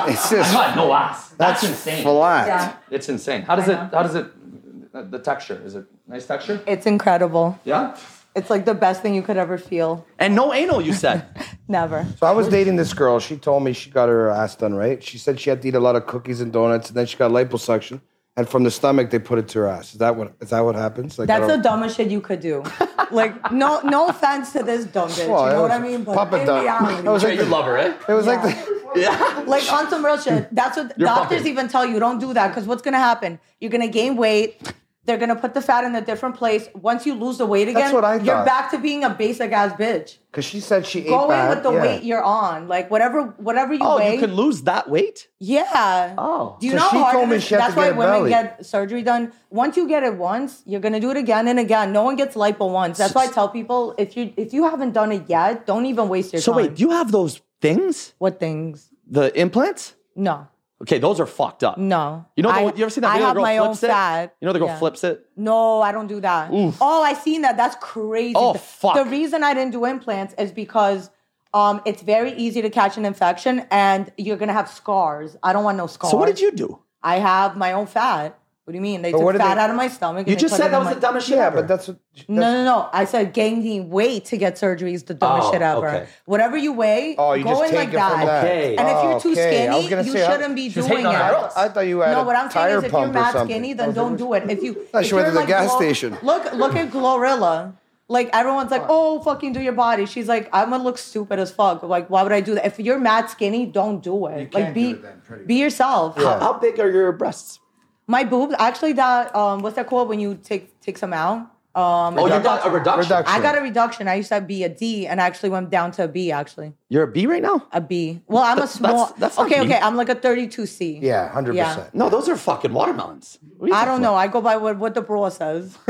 S4: It's just
S1: God, no ass. That's, insane.
S4: flat.
S2: Yeah.
S1: It's insane. How does it? How does it? The the texture is it nice texture?
S2: It's incredible.
S1: Yeah.
S2: It's like the best thing you could ever feel.
S1: And no anal, you <laughs> said.
S2: Never.
S4: So I was dating this girl. She told me she got her ass done right. She said she had to eat a lot of cookies and donuts, and then she got liposuction. And from the stomach, they put it to her ass. Is that what? Is that what happens? Like, I
S2: That's the
S4: don't-
S2: dumbest shit you could
S4: <laughs>
S2: do. like, no, no offense to this dumb bitch.
S4: Well,
S2: you
S4: it
S2: know what I
S4: was
S2: mean?
S4: Papa
S2: in
S4: dumb.
S2: reality-
S4: <laughs> It was
S1: you love her, eh?
S4: It was like the,
S2: like on some real shit. That's what doctors
S1: fucking-
S2: even tell you. Don't do that because what's gonna happen? You're gonna gain weight. They're gonna put the fat in a different place. Once you lose the weight again,
S4: what I
S2: you're
S4: thought.
S2: back to being a basic ass bitch.
S4: because she said she ate
S2: Go in
S4: bad.
S2: with the
S4: yeah.
S2: weight you're on. Like whatever, whatever you
S1: Oh,
S2: weigh.
S1: you can lose that weight?
S2: yeah.
S1: Oh.
S2: Do you
S4: So
S2: know
S4: she
S2: how hard
S4: told
S2: it
S4: me
S2: is?
S4: she had
S2: That's
S4: to
S2: why
S4: get a
S2: women
S4: belly.
S2: get surgery done. Once you get it once, you're gonna do it again and again. No one gets lipo once. That's why I tell people if you if you haven't done it yet, don't even waste your
S1: So
S2: time.
S1: wait, do you have those things?
S2: what things?
S1: The implants?
S2: No.
S1: Okay, those are fucked up.
S2: No.
S1: You know, the,
S2: I-
S1: you ever seen that
S2: I
S1: video?
S2: have
S1: the girl
S2: my own
S1: flips it.
S2: fat.
S1: You know, the girl
S2: Yeah.
S1: flips it.
S2: No, I don't do that. Oh, I seen that. That's crazy.
S1: Oh,
S2: The-
S1: fuck.
S2: The reason I didn't do implants is because um, it's very easy to catch an infection and you're gonna have scars. Oh, I don't want no scars.
S1: So what did you do?
S2: I have my own fat. What do you mean? They
S4: But what
S2: took
S4: did
S2: fat
S4: they-
S2: out of my stomach.
S1: You just said that was
S2: my,
S1: the dumbest shit
S4: Yeah,
S1: ever.
S4: but that's what. That's,
S2: No, no, no. I said gaining weight to get surgery is the dumbest
S1: Oh,
S2: shit ever.
S1: okay.
S2: Whatever you weigh,
S4: Oh, you
S2: go
S4: just
S2: in
S4: take
S2: like
S4: it from that.
S1: Okay.
S2: And if you're too
S4: Okay, I was
S2: skinny,
S4: gonna
S2: you
S4: say, I-
S2: shouldn't be
S3: She's
S2: doing
S3: hating
S2: it.
S3: on her.
S4: I thought you had
S2: no,
S4: a
S2: what I'm
S4: tire
S2: saying is, if you're
S4: pump or
S2: mad
S4: something.
S2: skinny, then
S4: Oh,
S2: don't
S4: there
S2: do it. If you,
S4: No,
S2: if
S4: she went
S2: you're
S4: to the gas
S2: Glo-
S4: station.
S2: Look, look at Glorilla. Like everyone's like, oh, fucking do your body. She's like, I'm gonna look stupid as fuck. Like, why would I do that? If you're mad skinny, don't do it. like,
S4: can't
S2: be
S4: do it then, pretty
S2: be yourself.
S1: How, how big are your breasts?
S2: My boobs, actually, that um, what's that called when you take take some out? Um,
S1: Oh, you got a reduction.
S4: Reduction.
S2: I got a reduction. I used to be a D, and I actually went down to a B. Actually,
S1: You're a B right now?
S2: a B. Well, I'm a small.
S1: that's not
S2: okay,
S1: B.
S2: okay. I'm like a 32 C.
S4: Yeah, hundred
S2: <laughs>
S4: percent.
S1: No, those are fucking watermelons. What are you
S2: I
S1: talking
S2: don't know. I go by what, what the
S1: <laughs>
S2: bra says. <laughs>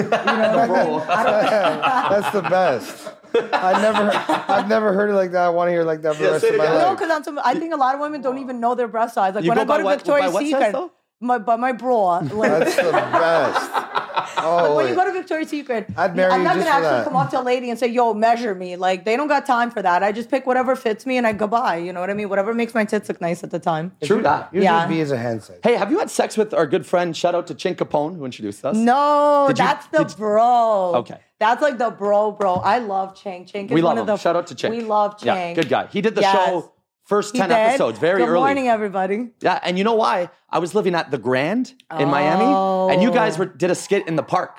S4: That's the best. I never, I've never heard it like that. I want to hear it like that for
S1: Yeah,
S4: the rest
S1: say it
S4: of my
S1: again.
S2: No,
S4: life.
S2: because I'm. Some, I think a lot of women don't even know their breast size. Like
S1: You
S2: when
S1: go
S2: I go
S1: by
S2: to
S1: what-
S2: Victoria's
S1: by what size,
S2: Secret,
S1: though?
S2: my by
S1: <laughs>
S2: my bra. Like,
S4: That's the best.
S2: <laughs>
S4: Oh,
S2: when you go to Victoria's Secret,
S4: I'd marry
S2: I'm
S4: you
S2: not gonna
S4: just for
S2: actually
S4: that.
S2: come up to a lady and say, "Yo, measure me." Like they don't got time for that. I just pick whatever fits me and I go by. You know what I mean? Whatever makes my tits look nice at the time.
S1: True that.
S4: usually
S2: Yeah.
S4: B is a hand size.
S1: Hey, have you had sex with our good friend? Shout out to Chin Capone who introduced us.
S2: No,
S1: Did you-
S2: that's the
S1: did-
S2: bro.
S1: Okay.
S2: That's like the bro, bro. I love Chang. Chang is
S1: we love
S2: one
S1: him.
S2: of the
S1: Shout out to Chink.
S2: We love Chang.
S1: Yeah, good guy. He did the
S2: Yes.
S1: show first
S2: He
S1: ten
S2: did?
S1: episodes very
S2: Good
S1: early.
S2: morning, everybody.
S1: Yeah, and you know why? I was living at the Grand in Miami, and you guys were, did a skit in the park.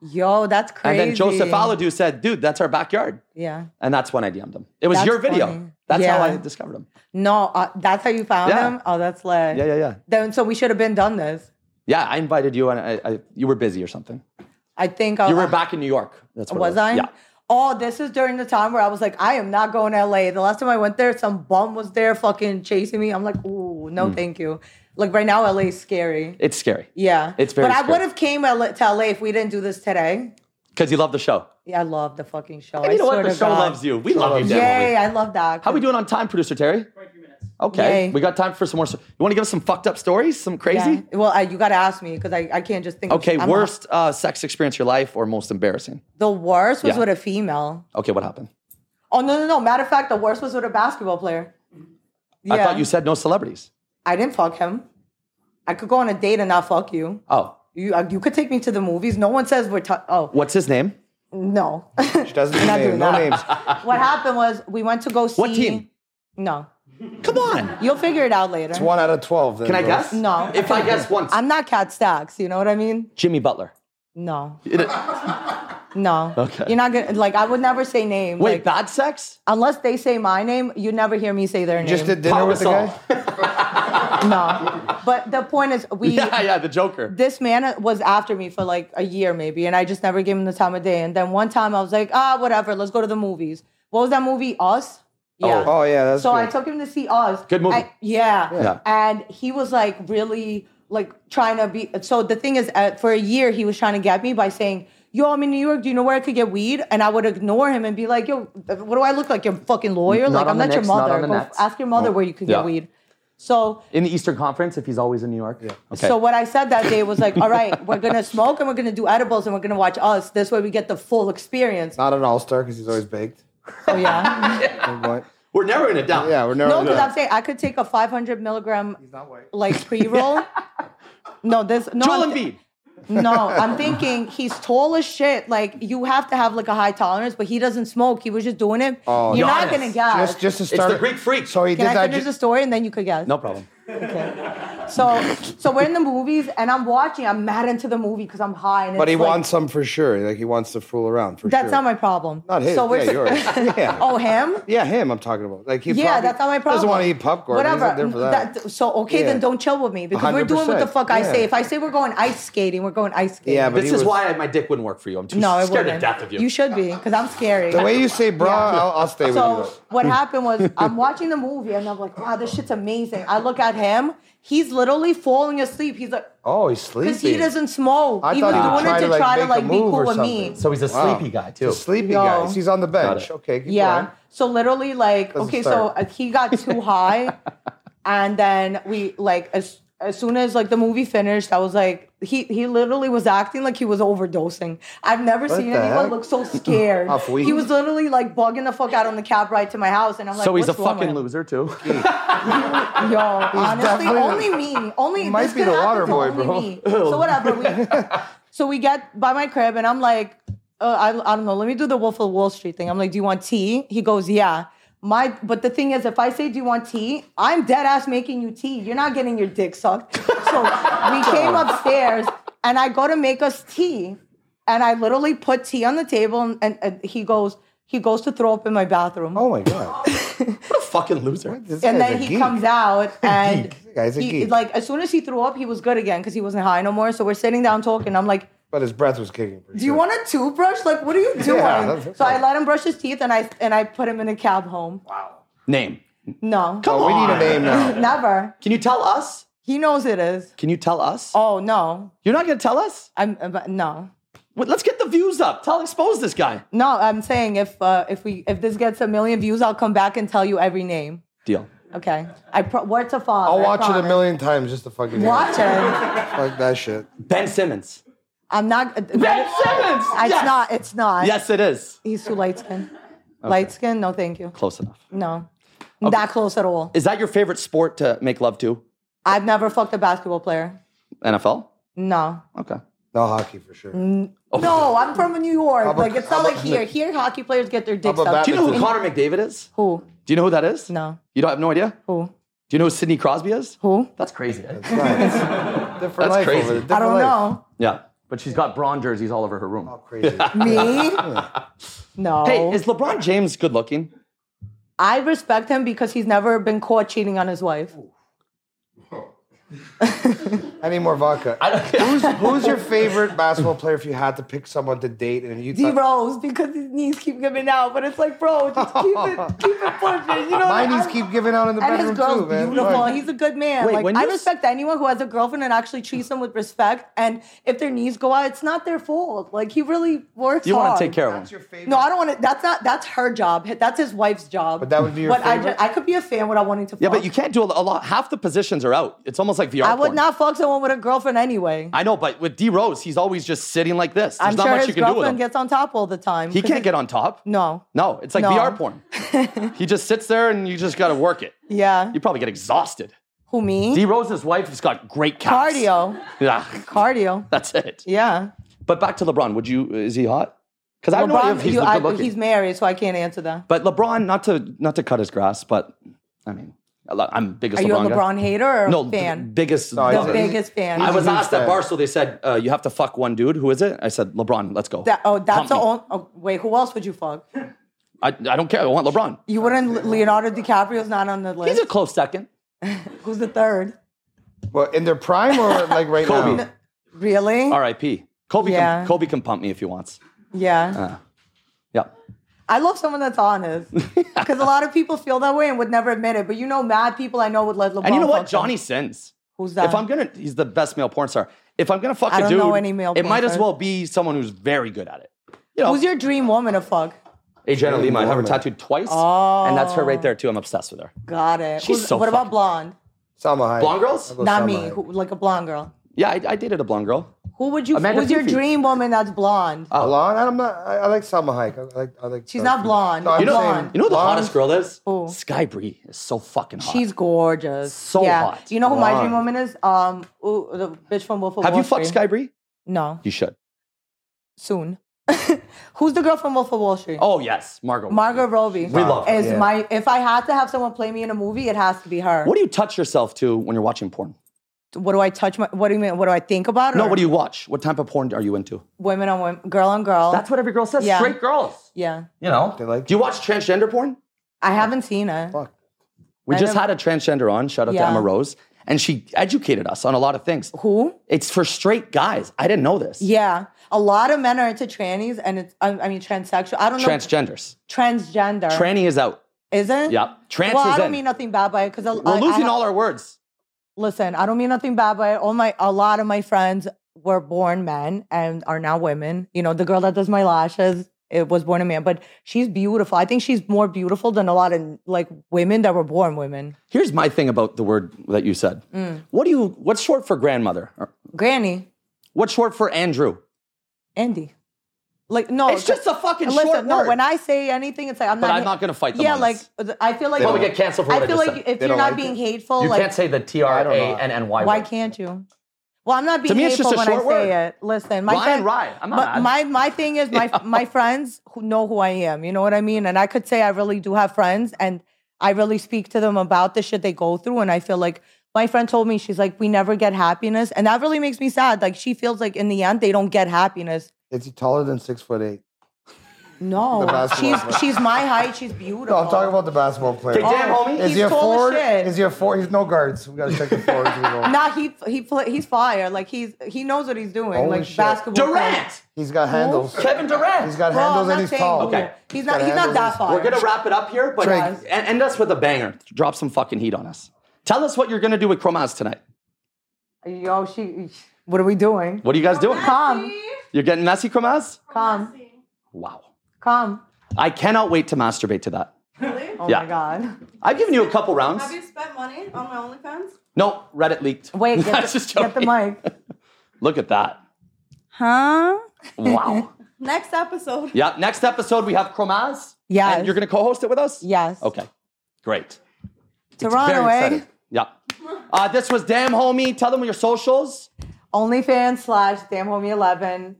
S2: Yo, that's crazy.
S1: And then Joseph Aladu said, "Dude, that's our backyard."
S2: Yeah.
S1: And that's when I DM'd him. It was
S2: That's
S1: your video.
S2: funny.
S1: That's how
S2: Yeah.
S1: I discovered him.
S2: No, uh, that's how you found
S1: Yeah.
S2: him. Oh, that's lit.
S1: Yeah, yeah, yeah.
S2: Then so we should have been done this.
S1: Yeah, I invited you, and I, I, you were busy or something.
S2: I think uh,
S1: You were back in New York. That's what it
S2: Was, I?
S1: Yeah.
S2: Oh, this is during the time where I was like, I am not going to LA. The last time I went there, some bum was there fucking chasing me. I'm like, ooh, no,
S1: Hmm.
S2: thank you. Like right now, LA is scary.
S1: It's scary.
S2: Yeah,
S1: It's very
S2: But I
S1: scary.
S2: would have came LA to LA if we didn't do this today.
S1: because you love the show.
S2: Yeah, I love the fucking show.
S1: And
S2: I
S1: you know
S2: swear
S1: what? The
S2: to
S1: show
S2: God.
S1: loves you. We love you,
S4: loves
S1: Dave.
S4: you.
S2: Yay, I love that.
S1: How we doing on time, producer Terry? Okay,
S2: Yay.
S1: we got time for some more. sto- You want to give us some fucked up stories? Some crazy?
S2: Yeah. Well, I, you got to ask me because I, I can't just think. of-
S1: Okay,
S2: I'm-
S1: worst uh, sex experience of your life or most embarrassing?
S2: the worst was
S1: Yeah.
S2: with a female.
S1: Okay, what happened?
S2: Oh no, no, no. Matter of fact, the worst was with a basketball player. Yeah.
S1: I thought you said no celebrities.
S2: I didn't fuck him. I could go on a date and not fuck you.
S1: Oh,
S2: You uh, you could take me to the movies. No one says we're. T- oh
S1: what's his name?
S2: no. <laughs>
S4: She doesn't
S2: Not
S4: name,
S2: doing
S4: no
S2: that.
S4: names.
S2: what happened was we went to go see.
S1: What team?
S2: No,
S1: Come on.
S2: you'll figure it out later.
S4: One out of twelve. then
S1: Can I
S4: goes-
S1: guess?
S2: No.
S1: If I guess once,
S2: I'm not Cat Stacks. You know what I mean? <laughs>
S1: Jimmy Butler.
S2: No.
S1: It-
S2: No.
S1: Okay.
S2: You're not gonna like. I would never say name.
S1: Wait,
S2: like,
S1: bad sex?
S2: unless they say my name, you never hear me say their name.
S4: Just did dinner with the
S1: Papa
S4: guy.
S2: no. But the point is, we.
S1: <laughs> Yeah, yeah, the Joker.
S2: This man was after me for like a year maybe, and I just never gave him the time of day. And then one time I was like, ah, whatever, let's go to the movies. What was that movie? Us. Yeah.
S4: Oh yeah, that's
S2: so
S4: good.
S2: I took him to see Us.
S1: Good movie.
S2: I- yeah.
S1: Yeah.
S2: And he was like really like trying to be. So the thing is, uh, for a year he was trying to get me by saying, "Yo, I'm in New York. Do you know where I could get weed?" And I would ignore him and be like, "Yo, what do I look like? Your fucking lawyer?
S1: Not
S2: like
S1: on
S2: I'm
S1: the
S2: not your
S1: Knicks, not
S2: mother.
S1: on the
S2: Go
S1: Nets."
S2: ask your mother where you could
S1: Yeah.
S2: get weed." So
S1: In the Eastern Conference, if he's always in New York. Yeah. Okay.
S2: so what I said that day was like, all right, we're gonna smoke and we're gonna do edibles and we're gonna watch us. This way we get the full
S1: <laughs>
S2: experience.
S4: Not an all star because he's always baked.
S2: Oh yeah.
S4: Good point.
S1: We're narrowing it down.
S4: Oh, Yeah, we're never.
S2: no, because I'm saying I could take a 500 milligram like pre roll. no, this no.
S1: Joel
S2: I'm thi-
S1: Embiid.
S4: <laughs>
S2: no, I'm thinking he's tall as shit. Like you have to have like a high tolerance, but he doesn't smoke. He was just doing it. Oh, You're not
S1: Giannis.
S2: gonna guess.
S4: just just to
S1: It's
S4: start.
S1: the Greek freak.
S4: so he
S2: Can
S4: did
S2: I
S4: that.
S2: finish
S4: ju-
S2: the story and then you could guess?
S1: No problem.
S2: So, so we're in the movies and I'm watching. I'm mad into the movie because I'm high. And
S4: but
S2: it's
S4: he
S2: like-
S4: wants some for sure. Like he wants to fool around for
S2: That's
S4: sure.
S2: not my problem.
S4: Not his.
S2: So we're <laughs>
S4: yeah, yours. Yeah.
S2: Oh, him?
S4: Yeah, him. I'm talking about. Like he.
S2: Yeah,
S4: probably
S2: that's not my problem.
S4: Doesn't want to eat popcorn. He's
S2: Whatever. Mm,
S4: not there for that.
S2: so okay,
S4: Yeah.
S2: then don't chill with me because we are doing what the
S4: 100%,
S2: fuck I say.
S4: yeah.
S2: If I say we're going ice skating, we're going ice skating.
S4: Yeah, but
S1: This
S4: he
S1: is
S4: was-
S1: why my dick wouldn't work for you. I'm too
S2: no, it
S1: scared
S2: wouldn't.
S1: to death of you.
S2: You should be because I'm scary.
S4: the way you say bra,
S2: Yeah.
S4: I'll, I'll stay with
S2: so
S4: you. though.
S2: what happened was I'm watching the movie and I'm like, wow, this shit's amazing. I look at him. He's literally falling asleep. He's like,
S4: Oh, he's
S2: because
S4: sleepy.
S2: he doesn't smoke.
S4: I
S2: he was
S4: thought he
S2: doing it
S4: would try
S2: to
S4: to, like,
S2: try to
S4: make a
S2: like be
S4: move
S2: cool
S4: or
S2: with me.
S4: something.
S1: so he's a
S4: Wow.
S1: sleepy guy
S4: He's
S1: too.
S4: a sleepy
S2: Yo.
S4: guy. He's on the bench.
S1: it.
S4: Okay. Keep
S2: Yeah.
S4: Going.
S2: So literally, like,
S4: Doesn't
S2: okay,
S4: start.
S2: so uh, he got too
S4: <laughs>
S2: high, and then we like as as soon as like the movie finished, I was like, he he literally was acting like he was overdosing. I've never seen
S4: the
S2: anyone
S4: heck?
S2: look so scared.
S4: <laughs> Off weed?
S2: he was literally like bugging the fuck out on the cab ride to my house, and I'm like,
S1: so he's a
S2: "What's wrong
S1: fucking
S2: with him?"
S1: loser <laughs> too.
S2: Yo, honestly,
S4: definitely-
S2: only me. Only
S4: Might
S2: this
S4: be
S2: could
S4: the
S2: happen
S4: water
S2: to
S4: boy,
S2: only
S4: bro.
S2: me. So whatever.
S4: <laughs>
S2: We, so we get by my crib, and I'm like, uh, I, I don't know. Let me do the Wolf of Wall Street thing. I'm like, do you want tea? He goes, yeah. My, but the thing is, if I say, do you want tea? I'm dead ass making you tea. You're not getting your dick sucked. So
S4: <laughs>
S2: we came upstairs, and I go to make us tea, and I literally put tea on the table, and, and, and he goes, he goes to throw up in my bathroom.
S4: Oh my
S2: <laughs>
S4: god.
S1: What a fucking loser.
S4: This
S2: and
S4: guy's
S2: then
S4: a
S2: he
S4: geek.
S2: comes
S4: <laughs>
S2: out and
S4: This guy's a
S2: he-
S4: geek.
S2: like as soon as he threw up, he was good again because he wasn't high no more. So we're sitting down talking. I'm like,
S4: But his breath was kicking.
S2: "Do you want a toothbrush? Like, what are
S4: <laughs>
S2: you doing?"
S4: that's-
S2: so I let him brush his teeth and I and I put him in a cab home.
S1: Name.
S2: No,
S4: Oh, we
S2: <laughs>
S4: need a name now.
S2: never.
S1: Can you tell us?
S2: He knows it is.
S1: Can you tell us?
S2: Oh no,
S1: You're not gonna tell us?
S2: I'm uh, but no.
S1: Wait, Let's get the views up. Tell expose this guy.
S2: No, I'm saying if uh, if we if this gets a million views, I'll come back and tell you every name.
S1: Deal.
S2: Okay, I pro- word to father.
S4: I'll
S2: I
S4: watch it a
S2: promise.
S4: million times just to fucking hear
S2: Watch it.
S4: it. Fuck that shit.
S1: Ben Simmons.
S2: I'm
S4: <laughs>
S2: not.
S1: Ben Simmons!
S2: It's
S1: Yes!
S2: not. It's not.
S1: Yes, it is.
S2: He's too light skinned. Light skinned? No, thank you.
S1: Close enough.
S2: No. Not That close at all.
S1: Is that your favorite sport to make love to?
S2: I've never fucked a basketball player.
S1: NFL?
S2: No.
S1: Okay.
S4: No hockey for sure.
S2: Mm. No, I'm from New York.
S4: about-
S2: like, it's not
S4: how about-
S2: like here. Here, hockey players get their dicks
S4: about
S2: up.
S1: Do you know who
S4: Badminton.
S1: Connor McDavid is?
S2: Who?
S1: Do you know who that is?
S2: No.
S1: You don't have no idea?
S2: Who?
S1: Do you know who Sidney Crosby is?
S2: Who?
S1: That's crazy. eh?
S2: <laughs>
S4: Different
S1: That's
S4: life
S1: crazy.
S4: over there.
S2: I
S4: Different
S2: don't
S4: life.
S2: know.
S1: Yeah. But she's got brawn jerseys all over her
S2: Oh,
S1: room.
S4: Crazy. <laughs>
S2: Me? no.
S1: Hey, is LeBron James good looking?
S2: I respect him because he's never been caught cheating on his wife.
S4: I need more vodka. who's, who's
S1: <laughs>
S4: your favorite basketball player if you had to pick someone to date and you
S2: D
S4: thought,
S2: Rose because his knees keep giving out, but it's like, bro, just keep it, keep it pushing. You know,
S4: my
S2: like,
S4: knees
S2: I'm-
S4: keep giving out in the
S2: And
S4: bedroom
S2: his girl's
S4: too, man.
S2: beautiful.
S4: Like,
S2: He's a good man.
S1: Wait, when
S2: like I
S1: you s-
S2: respect anyone who has a girlfriend and actually treats them with respect. And if their knees go out, it's not their fault. Like he really works.
S1: You
S2: hard.
S1: want to take care of him.
S4: That's your favorite.
S2: No, I don't want to. That's not. That's her job. That's his wife's job.
S4: But that would be your
S2: But I,
S4: favorite?
S2: ju- I could be a fan without wanting to. Fuck.
S1: Yeah, but you can't do a a lot. Half the positions are out. It's almost like VR.
S2: I would
S1: porn.
S2: not fuck someone with a girlfriend anyway.
S1: I know, but with D Rose, he's always just sitting like this. There's
S2: am
S1: not
S2: sure
S1: much
S2: his
S1: you can do with him.
S2: girlfriend gets on top all the time.
S1: he
S2: 'cause
S1: can't
S2: his-
S1: get on top.
S2: No.
S1: No, it's like
S2: No.
S1: VR porn. <laughs> he just sits there and you just got to work it.
S2: Yeah.
S1: You probably get exhausted.
S2: Who me?
S1: D Rose's wife has got great calves.
S2: Cardio.
S1: Yeah, <laughs>
S2: Cardio.
S1: that's it.
S2: Yeah.
S1: But back to LeBron. Would you? Is he hot? Because I have no idea if he's
S2: you-
S1: good
S2: I-
S1: looking.
S2: he's married, so I can't answer that.
S1: but LeBron, not to not to cut his grass, but I mean, I lo- I'm biggest
S2: Are you a
S1: LeBron, guy.
S2: LeBron hater or
S1: No,
S2: a
S1: th-
S2: fan?
S1: biggest.
S4: No, I
S2: the
S4: he's a-
S2: biggest fan.
S1: I was
S4: huge
S1: asked at
S4: fan.
S1: Barstool. They said uh, you have to fuck one dude. Who is it? I said LeBron. Let's go.
S2: That- oh,
S1: Pump
S2: that's the
S1: me.
S2: only. Oh, wait, who else would you fuck?
S1: I, I don't care. I want LeBron.
S2: You wouldn't. Leonardo DiCaprio's not on the list.
S1: He's a close second.
S2: Who's the third?
S4: Well, in their prime or like right
S1: Kobe.
S4: now?
S2: Really?
S1: R.I.P. Kobe.
S2: Yeah.
S1: Can, Kobe can pump me if he wants.
S2: Yeah.
S1: Yeah.
S2: I love someone
S1: <laughs>
S2: that's honest because a lot of people feel that way and would never admit it. But you know, mad people I know would let LeBron.
S1: And you know what?
S2: fuck them.
S1: Johnny sins.
S2: Who's that?
S1: If I'm gonna, he's the best male porn star. If I'm gonna fuck
S2: I
S1: a
S2: don't
S1: dude,
S2: know any male
S1: it might
S2: porn
S1: as
S2: stars.
S1: well be someone who's very good at it. You know,
S2: Who's your dream woman to fuck?
S1: Adriana Lima. I have her
S4: Woman.
S1: tattooed twice, and that's her
S2: Oh.
S1: right there too. I'm obsessed with her.
S2: Got it.
S1: She's
S2: Who's-
S1: so
S2: What
S1: fucking-
S2: about blonde?
S4: Salma Hayek.
S1: Blonde girls?
S4: I'll go
S2: Not
S4: Salma
S2: me.
S4: Hayek.
S2: Who, like a blonde girl.
S1: Yeah, I, I dated a blonde girl.
S2: Who would you?
S1: Amanda Uh,
S2: who's your
S1: Fifi.
S2: dream woman that's blonde?
S4: Blonde? I'm not. I, I like Salma Hayek. I like. I like
S2: Oh. She's not blonde.
S4: No, I'm
S1: You know,
S2: blonde.
S1: you know who the
S4: Blonde?
S1: hottest girl is?
S2: Who?
S1: Sky Bree is so fucking hot.
S2: She's gorgeous.
S1: So
S2: yeah.
S1: hot.
S2: You know who my dream
S4: Blonde.
S2: woman is? Um, ooh, the bitch from Wolf of
S1: have
S2: Wall
S1: you fucked
S2: Street.
S1: Sky Bree?
S2: No,
S1: You should.
S2: soon. <laughs> Who's the girl from Wolf of Wall Street?
S1: Oh yes, Margot.
S2: Margot Robbie.
S1: We love her.
S2: Is
S4: Yeah.
S2: my if I had to have someone play me in a movie, it has to be her.
S1: What do you touch yourself to when you're watching porn?
S2: what do I touch my what do you mean what do I think about
S1: No,
S2: or
S1: what do you watch? What type of porn are you into?
S2: women on women girl on girl
S1: That's what every girl says.
S2: Yeah.
S1: Straight girls.
S2: yeah
S1: You know.
S4: They like-
S1: do you watch transgender porn?
S2: I haven't seen it
S4: Fuck.
S1: We
S2: I
S1: just
S2: never-
S1: had a transgender on. Shout out to
S2: Yeah.
S1: Emma Rose, and she educated us on a lot of things.
S2: who
S1: It's for straight guys. I didn't know this.
S2: yeah a lot of men are into trannies and it's I, I mean transsexual I don't
S1: Transgenders.
S2: know transgender
S1: Tranny is out.
S2: is it
S1: Yep. Trans
S2: well I
S1: is
S2: don't
S1: in.
S2: mean nothing bad by it because
S1: We're losing all our words.
S2: listen I don't mean nothing bad by it all my a lot of my friends were born men and are now women you know the girl that does my lashes it was born a man but she's beautiful I think she's more beautiful than a lot of like women that were born women
S1: Here's my thing about the word that you said.
S2: Mm.
S1: What do you? What's short for grandmother? Or
S2: granny
S1: What's short for Andrew?
S2: Andy. Like no,
S1: It's just a fucking
S2: Oh, listen.
S1: short
S2: no,
S1: word.
S2: when I say anything, it's like I'm
S1: But
S2: not.
S1: I'm not gonna fight them
S2: Yeah,
S1: on
S2: like
S1: this.
S2: th- I feel like
S1: Well, we get canceled for what I
S2: I feel
S1: just
S2: like
S1: said.
S2: if
S4: They
S2: you're
S4: don't
S2: not
S4: like
S2: being
S4: it.
S2: hateful,
S1: you
S2: like
S1: can't say the T R
S4: I
S1: A
S4: don't know.
S1: N N Y.
S2: why
S1: word.
S2: can't you? Well, I'm not being
S1: me, it's
S2: hateful
S1: just a
S2: when I
S1: short
S2: say
S1: word.
S2: it. Listen, my
S1: Ryan
S2: friend-
S1: Ryan, I'm
S2: my,
S1: not
S2: my my thing
S4: <laughs>
S2: is my my friends who know who I am. You know what I mean? And I could say I really do have friends, and I really speak to them about the shit they go through. And I feel like my friend told me she's like, we never get happiness, and that really makes me sad. Like she feels like in the end they don't get happiness.
S4: Is he taller than six foot eight? The
S2: No,
S4: basketball
S2: she's
S4: player.
S2: she's my height. She's beautiful.
S4: No, I'm talking about the basketball player.
S1: Okay, damn, homie.
S4: Is
S2: he's
S4: he a
S2: tall as
S4: forward?
S2: shit.
S4: Is he a forward? He's no guards. We gotta check the forwards.
S2: <laughs>
S4: We go.
S2: Nah, he he play, he's fire. Like he's he knows what he's doing.
S4: Holy
S2: like
S4: shit.
S2: basketball.
S1: Durant.
S4: He's got handles.
S1: Kevin Durant.
S4: He's got
S2: Bro, I'm
S4: handles
S2: not
S4: and he's
S2: saying
S4: tall.
S2: who.
S1: Okay.
S2: He's
S4: Got
S2: not he's not
S4: handles and
S2: that
S4: he's-
S2: far.
S1: We're gonna wrap it up here, but
S4: Drake.
S1: and end us with a banger. Drop some fucking heat on us. Tell us what you're gonna do with Chromas tonight.
S2: Yo, she. What are we doing?
S1: What are you guys doing?
S2: Come,
S1: You're getting messy, Chromas?
S2: come,
S1: Wow.
S2: come.
S1: I cannot wait to masturbate to that.
S2: Oh
S1: Yeah.
S2: my god.
S1: I've given you a couple rounds.
S6: Have you spent money on my OnlyFans?
S1: No, Reddit leaked. <laughs>
S2: Wait,
S1: I
S2: get,
S1: was
S2: the,
S1: just
S2: get the
S1: joking.
S2: mic.
S1: Look at that.
S6: Huh?
S2: <laughs>
S1: Wow.
S6: Next episode.
S1: yeah. Next episode we have Chromas.
S2: Yes.
S1: And you're gonna co-host it with us?
S2: Yes.
S1: Okay. Great.
S2: Toronto,
S1: Very
S2: eh?
S1: excited. Yeah. Uh, this was Damn Homie. Tell them your socials.
S2: OnlyFans slash damn homie eleven.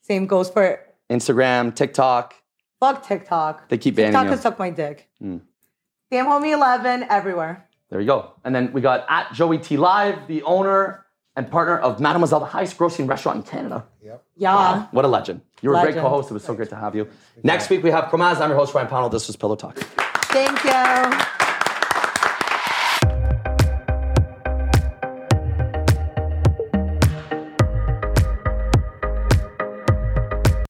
S2: Same goes for
S1: Instagram, TikTok.
S2: fuck TikTok.
S1: They keep banning
S2: TikTok
S1: you. Mm.
S2: has sucked my dick. Damn homie eleven everywhere.
S1: There you go. And then we got at Joey T Live, the owner and partner of Mademoiselle, the highest grossing restaurant in Canada.
S2: Yeah.
S1: What a legend. You were a great
S2: Legend.
S1: co host. It was so great to have you. Next week, we have Promaz. I'm your host, Ryan Pownell. This was Pillow Talk.
S2: Thank you.